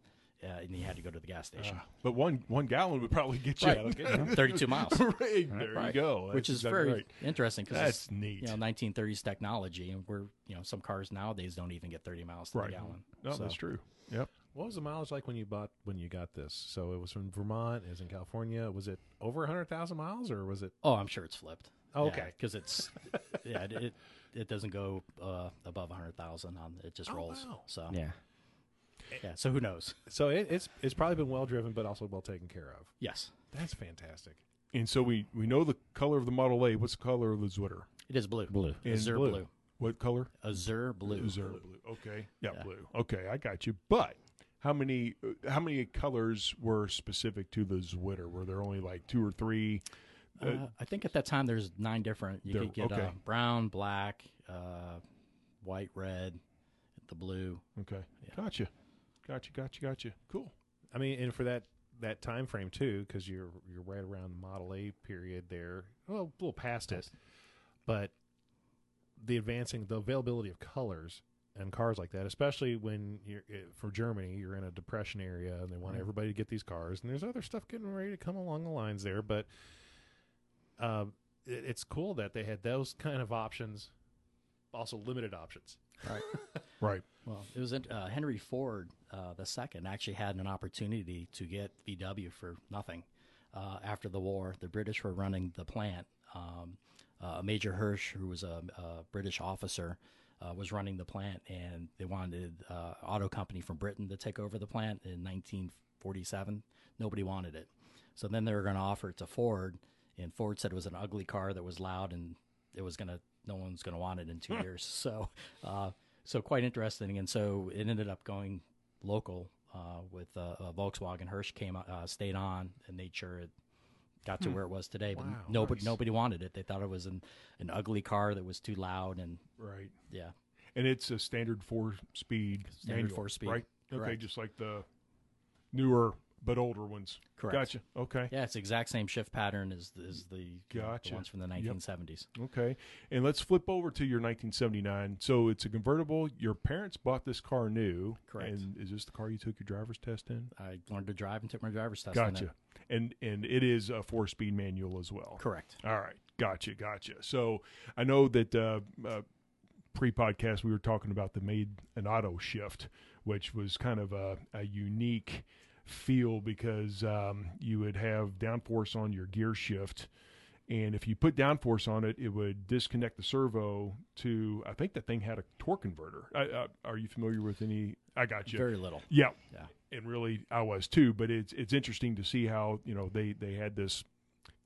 [SPEAKER 2] uh, and you had to go to the gas
[SPEAKER 1] Ah.
[SPEAKER 2] station.
[SPEAKER 1] But one one gallon would probably get you.
[SPEAKER 2] Right.
[SPEAKER 1] out of gas.
[SPEAKER 2] 32 miles.
[SPEAKER 1] Right, there you
[SPEAKER 2] Right.
[SPEAKER 1] go.
[SPEAKER 2] Which
[SPEAKER 1] That's
[SPEAKER 2] is
[SPEAKER 1] exactly
[SPEAKER 2] very
[SPEAKER 1] right.
[SPEAKER 2] interesting because
[SPEAKER 1] That's
[SPEAKER 2] it's
[SPEAKER 1] neat.
[SPEAKER 2] you know 1930s technology, and we're you know some cars nowadays don't even get 30 miles to
[SPEAKER 1] Right.
[SPEAKER 2] the gallon.
[SPEAKER 1] no,
[SPEAKER 2] So-
[SPEAKER 1] that's true. Yep.
[SPEAKER 4] What was the mileage like when you bought when you got this? So it was from Vermont, it was in California. Was it over hundred thousand miles, or was it?
[SPEAKER 2] Oh, I'm sure it's flipped.
[SPEAKER 4] Okay.
[SPEAKER 2] because it's yeah it, it it doesn't go uh, above 100,000 on it just
[SPEAKER 4] Oh,
[SPEAKER 2] rolls.
[SPEAKER 4] wow.
[SPEAKER 2] So
[SPEAKER 3] Yeah.
[SPEAKER 2] yeah, so who knows?
[SPEAKER 4] So it, it's it's probably been well driven, but also well taken care of.
[SPEAKER 2] Yes,
[SPEAKER 4] That's fantastic.
[SPEAKER 1] And so we we know the color of the Model A. What's the color of the Zwitter?
[SPEAKER 2] it is blue.
[SPEAKER 3] Blue.
[SPEAKER 1] It's
[SPEAKER 2] Azure
[SPEAKER 1] blue.
[SPEAKER 2] blue.
[SPEAKER 1] What color?
[SPEAKER 2] Azure blue.
[SPEAKER 1] Azure blue. Okay. Yeah,
[SPEAKER 2] Yeah.
[SPEAKER 1] blue. Okay, I got you. But how many uh, how many colors were specific to the Zwitter? Were there only like two or three?
[SPEAKER 2] Uh, I think at that time there's nine different. You
[SPEAKER 1] There-
[SPEAKER 2] could get uh,
[SPEAKER 1] okay.
[SPEAKER 2] brown, black, uh, white, red, the blue.
[SPEAKER 1] Okay. Gotcha. Gotcha. Gotcha. Gotcha. Cool.
[SPEAKER 4] I mean, and for that that time frame too, because you're you're right around the Model A period there. Well, a little past it, but the advancing the availability of colors and cars like that, especially when you're eh, for Germany, you're in a depression area and they want
[SPEAKER 3] Mm-hmm.
[SPEAKER 2] Right.
[SPEAKER 4] everybody to get these cars. And there's other stuff getting ready to come along the lines there, but uh, it, it's cool that they had those kind of options, also limited options.
[SPEAKER 2] Right.
[SPEAKER 1] Right.
[SPEAKER 2] Well, it was in- uh, Henry Ford uh, the second actually had an opportunity to get VW for nothing. Uh, after the war, the British were running the plant. Um, uh, Major Hirsch, who was a, a British officer, uh, was running the plant, and they wanted uh, auto company from Britain to take over the plant in 1947. Nobody wanted it, so then they were going to offer it to Ford, and Ford said it was an ugly car that was loud and it was gonna no one's gonna want it in
[SPEAKER 4] Hmm.
[SPEAKER 2] two years. So uh, so quite interesting. And so it ended up going local uh, with uh, uh, Volkswagen. Hirsch came uh, stayed on and made sure it got to where it was today. But
[SPEAKER 4] Hmm. Wow,
[SPEAKER 2] nobody
[SPEAKER 4] nice.
[SPEAKER 2] nobody wanted it. They thought it was an an ugly car that was too loud and
[SPEAKER 1] Right.
[SPEAKER 2] yeah
[SPEAKER 1] And it's a standard four speed.
[SPEAKER 2] Standard
[SPEAKER 1] manual,
[SPEAKER 2] four-speed.
[SPEAKER 1] Right. Okay.
[SPEAKER 2] Correct.
[SPEAKER 1] Just like the newer but older ones.
[SPEAKER 2] Correct.
[SPEAKER 1] Gotcha. Okay.
[SPEAKER 2] yeah it's the exact same shift pattern as as the, you know,
[SPEAKER 1] Gotcha.
[SPEAKER 2] the ones from the
[SPEAKER 1] Yep.
[SPEAKER 2] 1970s.
[SPEAKER 1] Okay. And let's flip over to your 1979. So it's a convertible. Your parents bought this car new.
[SPEAKER 2] Correct.
[SPEAKER 1] And is this the car you took your driver's test in?
[SPEAKER 2] I learned to drive and took my driver's test. on it.
[SPEAKER 1] Gotcha. And and it is a four speed manual as well.
[SPEAKER 2] Correct.
[SPEAKER 1] All right. Gotcha. Gotcha. So I know that uh, uh, pre podcast we were talking about the made an auto shift, which was kind of a, a unique feel because um, you would have downforce on your gear shift. And if you put downforce on it, it would disconnect the servo to. I think that thing had a torque converter. I, uh, are you familiar with any? I got you.
[SPEAKER 2] Very little.
[SPEAKER 1] Yeah.
[SPEAKER 2] Yeah.
[SPEAKER 1] And really, I was too. But it's it's interesting to see how you know they they had this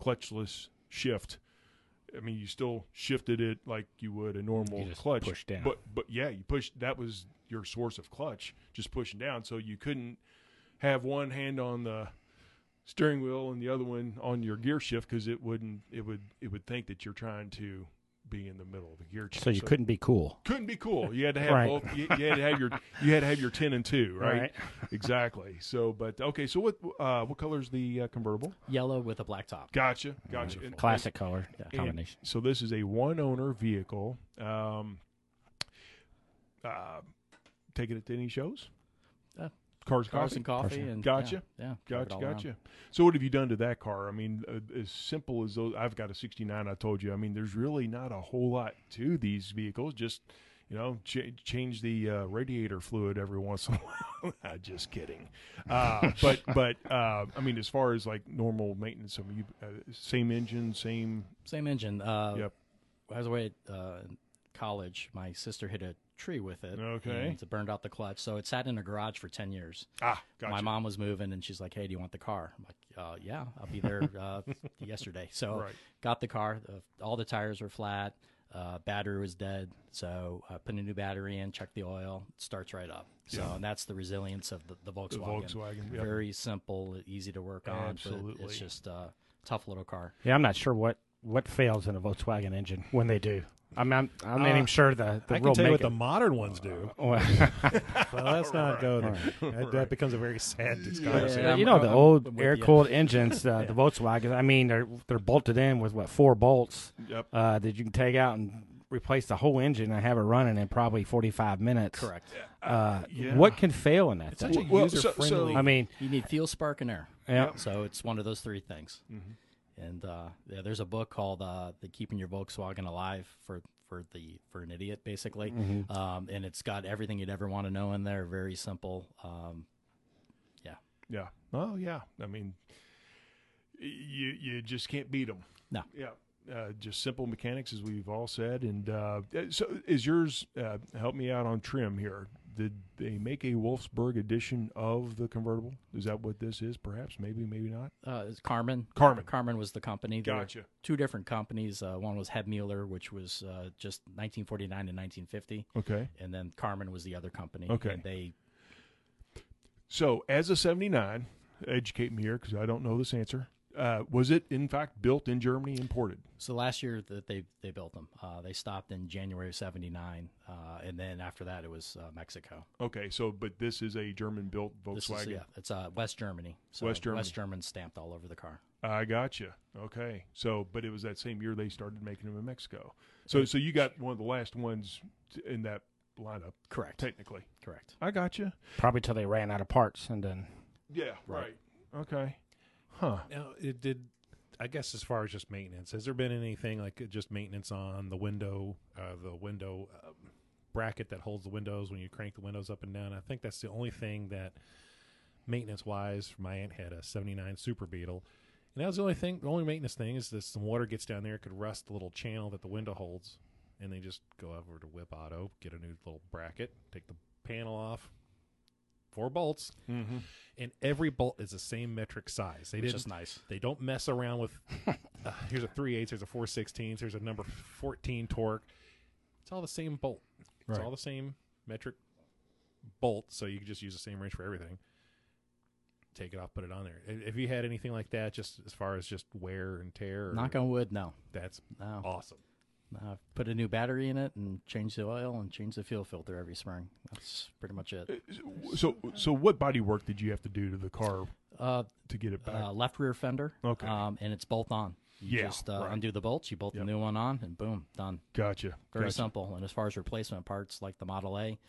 [SPEAKER 1] clutchless shift. I mean, you still shifted it like you would a normal
[SPEAKER 3] You just
[SPEAKER 1] clutch,
[SPEAKER 3] push down.
[SPEAKER 1] but but yeah, you pushed. That was your source of clutch, just pushing down. So you couldn't have one hand on the steering wheel and the other one on your gear shift because it wouldn't. It would it would think that you're trying to be in the middle of the gear shift.
[SPEAKER 3] So you couldn't be cool.
[SPEAKER 1] couldn't be cool. You had to have
[SPEAKER 3] Right.
[SPEAKER 1] both. You, you had to have your you had to have your ten and two, right?
[SPEAKER 3] Right.
[SPEAKER 1] exactly. So, but okay. So what uh, what color's the uh, convertible?
[SPEAKER 2] Yellow with a black top.
[SPEAKER 1] Gotcha, gotcha. And-
[SPEAKER 3] Classic color
[SPEAKER 1] and-
[SPEAKER 3] combination.
[SPEAKER 1] So this is a one owner vehicle. Um, uh, taking it to any shows?
[SPEAKER 2] Uh,
[SPEAKER 1] Cars,
[SPEAKER 2] Cars
[SPEAKER 1] coffee?
[SPEAKER 2] and coffee
[SPEAKER 3] Coffee.
[SPEAKER 2] and
[SPEAKER 1] Gotcha.
[SPEAKER 2] Yeah, yeah covered
[SPEAKER 1] Gotcha,
[SPEAKER 2] all around.
[SPEAKER 1] gotcha. So, what have you done to that car? I mean, uh, as simple as those, I've got a '69. I told you. I mean, there's really not a whole lot to these vehicles. Just you know, ch- change the uh, radiator fluid every once in a while. Nah, just kidding. Uh, but but uh, I mean, as far as like normal maintenance, I mean, you, uh, same engine, same.
[SPEAKER 2] Same engine. Uh,
[SPEAKER 1] Yep.
[SPEAKER 2] I was away at uh, college. My sister hit a tree with it.
[SPEAKER 1] Okay.
[SPEAKER 2] and it burned out the clutch. So it sat in a garage for 10 years.
[SPEAKER 1] Ah, gotcha.
[SPEAKER 2] My mom was moving and she's like, hey, do you want the car? I'm like, uh, yeah, I'll be there uh, yesterday. So
[SPEAKER 1] Right.
[SPEAKER 2] got the car. Uh, all the tires were flat. Uh, battery was dead. So I put a new battery in, checked the oil. It starts right up. So and that's the resilience of the, the Volkswagen.
[SPEAKER 1] Volkswagen, yep.
[SPEAKER 2] Very simple, easy to work on. But
[SPEAKER 1] Absolutely.
[SPEAKER 2] it's just a tough little car.
[SPEAKER 3] Yeah, I'm not sure what what fails in a Volkswagen engine when they do. I mean, I'm, I'm not even sure the the
[SPEAKER 4] Uh, I can
[SPEAKER 3] real
[SPEAKER 4] tell you what
[SPEAKER 3] make
[SPEAKER 4] the modern ones do.
[SPEAKER 3] it.
[SPEAKER 4] Well, let's not go there. That, that becomes a very sad discussion.
[SPEAKER 2] Yeah, I'm-
[SPEAKER 3] you know the
[SPEAKER 2] I'm
[SPEAKER 3] old
[SPEAKER 2] with you.
[SPEAKER 3] air cooled engines, uh, the Volkswagen. I mean, they're they're bolted in with what four bolts
[SPEAKER 1] Yep.
[SPEAKER 3] uh, that you can take out and replace the whole engine and have it running in probably 45 minutes.
[SPEAKER 2] Correct.
[SPEAKER 3] Uh,
[SPEAKER 1] Yeah.
[SPEAKER 3] What can fail in that
[SPEAKER 4] Such a
[SPEAKER 3] thing?
[SPEAKER 1] Well, so- so-
[SPEAKER 4] user-friendly.
[SPEAKER 3] I mean,
[SPEAKER 2] You need fuel, spark, and air.
[SPEAKER 3] yeah.
[SPEAKER 2] So it's one of those three things.
[SPEAKER 1] Mm-hmm.
[SPEAKER 2] And uh, yeah, there's a book called uh, "The Keeping Your Volkswagen Alive" for for the for an idiot, basically.
[SPEAKER 1] Mm-hmm.
[SPEAKER 2] Um, and it's got everything you'd ever want to know in there. Very simple. Um, yeah.
[SPEAKER 1] Yeah. Oh yeah. I mean, y- you you just can't beat them.
[SPEAKER 2] No.
[SPEAKER 1] Yeah. Uh, just simple mechanics, as we've all said. And uh, so, is yours? Uh, help me out on trim here. Did they make a Wolfsburg edition of the convertible? Is that what this is? Perhaps, maybe, maybe not.
[SPEAKER 2] Uh, it's Carmen.
[SPEAKER 1] Carmen.
[SPEAKER 2] Carmen was the company. There were
[SPEAKER 1] Gotcha.
[SPEAKER 2] Two different companies. Uh, one was Heb Mueller, which was uh, just 1949 to 1950,
[SPEAKER 1] Okay.
[SPEAKER 2] and then Carmen was the other company.
[SPEAKER 1] Okay.
[SPEAKER 2] And they
[SPEAKER 1] So, as a '79, educate me here because I don't know this answer. Uh, was it in fact built in Germany, imported?
[SPEAKER 2] So last year that they they built them, uh, they stopped in January of '79, uh, and then after that it was uh, Mexico.
[SPEAKER 1] Okay. So, but this is a German-built
[SPEAKER 2] This
[SPEAKER 1] Volkswagen.
[SPEAKER 2] is yeah, it's uh, West Germany. So
[SPEAKER 1] West Germany.
[SPEAKER 2] West German stamped all over the car.
[SPEAKER 1] I gotcha. Okay. So, but it was that same year they started making them in Mexico. So, so you got one of the last ones t- in that lineup,
[SPEAKER 2] Correct.
[SPEAKER 1] technically.
[SPEAKER 2] Correct.
[SPEAKER 1] I gotcha.
[SPEAKER 3] Probably till they ran out of parts and then.
[SPEAKER 1] Yeah. Right. Okay. Huh.
[SPEAKER 4] Now, it did. I guess as far as just maintenance, has there been anything like just maintenance on the window, uh, the window um, bracket that holds the windows when you crank the windows up and down? I think that's the only thing that maintenance wise. My aunt had a '79 Super Beetle, and that was the only thing. The only maintenance thing is that some water gets down there, it could rust the little channel that the window holds, and they just go over to Whip Auto, get a new little bracket, take the panel off, four bolts,
[SPEAKER 1] Mm-hmm.
[SPEAKER 4] and every bolt is the same metric size. They
[SPEAKER 2] Which
[SPEAKER 4] didn't
[SPEAKER 2] is nice.
[SPEAKER 4] they don't mess around with uh, here's a 3 8 here's a 4 16 here's a number 14 torque. It's all the same bolt. It's
[SPEAKER 1] Right.
[SPEAKER 4] all the same metric bolt, so you can just use the same range for everything. Take it off, put it on there. If you had anything like that, just as far as just wear and tear, or-
[SPEAKER 2] Knock on wood. No,
[SPEAKER 4] that's
[SPEAKER 2] no.
[SPEAKER 4] awesome.
[SPEAKER 2] Uh, put a new battery in it and change the oil and change the fuel filter every spring. That's pretty much it.
[SPEAKER 1] So, so what body work did you have to do to the car
[SPEAKER 2] Uh,
[SPEAKER 1] to get it back?
[SPEAKER 2] uh, left rear fender.
[SPEAKER 1] Okay.
[SPEAKER 2] Um, and it's bolt on. You
[SPEAKER 1] Yeah,
[SPEAKER 2] just uh,
[SPEAKER 1] right.
[SPEAKER 2] undo the bolts, you bolt the new one on, and boom, done.
[SPEAKER 1] gotcha. gotcha.
[SPEAKER 2] Very
[SPEAKER 1] Mm-hmm.
[SPEAKER 2] simple. And as far as replacement parts like the Model A,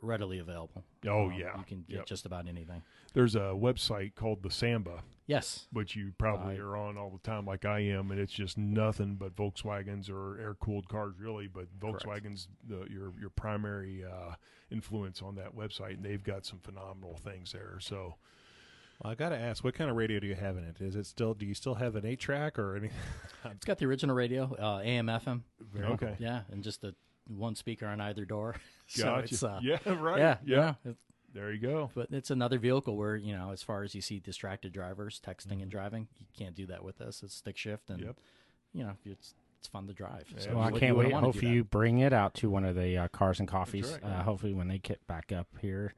[SPEAKER 2] readily available.
[SPEAKER 1] Oh, yeah.
[SPEAKER 2] You can get
[SPEAKER 1] Yep.
[SPEAKER 2] just about anything.
[SPEAKER 1] There's a website called the Samba,
[SPEAKER 2] Yes.
[SPEAKER 1] which you probably
[SPEAKER 2] I-
[SPEAKER 1] are on all the time, like I am, and it's just nothing but Volkswagens or air cooled cars, really. But Volkswagens, the, your your primary uh, influence on that website, and they've got some phenomenal things there. So
[SPEAKER 4] Well, I gotta ask, what kind of radio do you have in it? Is it still? Do you still have an eight track or any?
[SPEAKER 2] It's got the original radio, uh, AM, FM.
[SPEAKER 1] okay,
[SPEAKER 2] Yeah. And just a one speaker on either door. so
[SPEAKER 1] gotcha.
[SPEAKER 2] it's, uh,
[SPEAKER 1] yeah, right.
[SPEAKER 2] Yeah.
[SPEAKER 1] yeah.
[SPEAKER 2] yeah.
[SPEAKER 1] There you go.
[SPEAKER 2] But it's another vehicle where, you know, as far as you see distracted drivers texting and driving, you can't do that with this. It's stick shift. And,
[SPEAKER 1] Mm-hmm. Yep.
[SPEAKER 2] you know, it's, it's fun to drive. So
[SPEAKER 3] Well, I
[SPEAKER 2] you
[SPEAKER 3] can't
[SPEAKER 2] wouldn't
[SPEAKER 3] wait.
[SPEAKER 2] wanna do
[SPEAKER 3] Hopefully,
[SPEAKER 2] that.
[SPEAKER 3] you bring it out to one of the uh, cars and coffees.
[SPEAKER 1] right.
[SPEAKER 3] uh, hopefully, when they get back up here,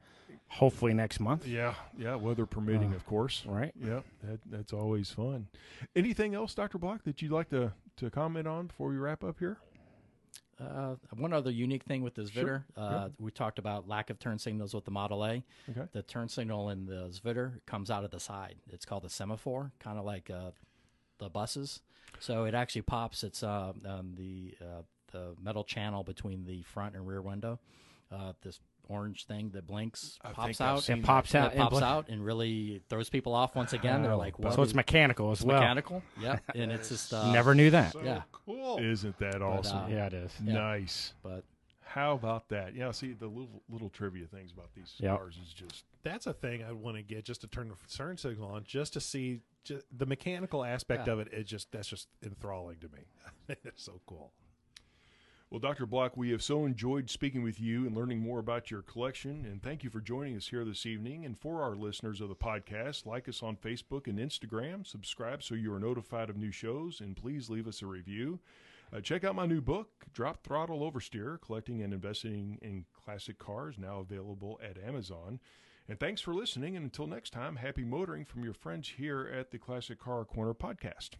[SPEAKER 3] hopefully next month.
[SPEAKER 1] Yeah, yeah. Weather
[SPEAKER 2] Uh.
[SPEAKER 1] permitting, of course.
[SPEAKER 3] Right.
[SPEAKER 1] Yeah, that, that's always fun. Anything else, Doctor Block, that you'd like to to comment on before we wrap up here?
[SPEAKER 2] Uh, one other unique thing with this Vitter, uh, we talked about lack of turn signals with the Model A.
[SPEAKER 1] Okay.
[SPEAKER 2] The turn signal in the Zvitter comes out of the side. It's called a semaphore, kind of like uh, the buses. So it actually pops. It's uh, um, the uh, the metal channel between the front and rear window. Uh, this orange thing that blinks pops out.
[SPEAKER 3] It pops out.
[SPEAKER 2] It pops
[SPEAKER 3] and-
[SPEAKER 2] out and really throws people off once again. They're like, "What?"
[SPEAKER 3] Oh, So it's mechanical as well.
[SPEAKER 2] mechanical. Yeah, and it's just uh,
[SPEAKER 3] Never knew that.
[SPEAKER 2] Yeah,
[SPEAKER 4] Oh, cool.
[SPEAKER 1] Isn't that awesome?
[SPEAKER 2] Oh, uh,
[SPEAKER 3] Yeah, it is.
[SPEAKER 2] yeah.
[SPEAKER 1] Nice.
[SPEAKER 2] but
[SPEAKER 1] How about that? Yeah, see the little little trivia things about these
[SPEAKER 3] Yep.
[SPEAKER 1] cars is just
[SPEAKER 4] that's a thing I want to get just to turn the turn signal on, just to see just the mechanical aspect
[SPEAKER 2] Yeah.
[SPEAKER 4] of it. It just that's just enthralling to me. it's so cool.
[SPEAKER 1] well, Doctor Block. We have so enjoyed speaking with you and learning more about your collection, and thank you for joining us here this evening. And for our listeners of the podcast, like us on Facebook and Instagram, subscribe so you are notified of new shows, and please leave us a review. Uh, check out my new book, Drop Throttle Oversteer: Collecting and Investing in Classic Cars, now available at Amazon. And thanks for listening. And until next time, happy motoring from your friends here at the Classic Car Corner podcast.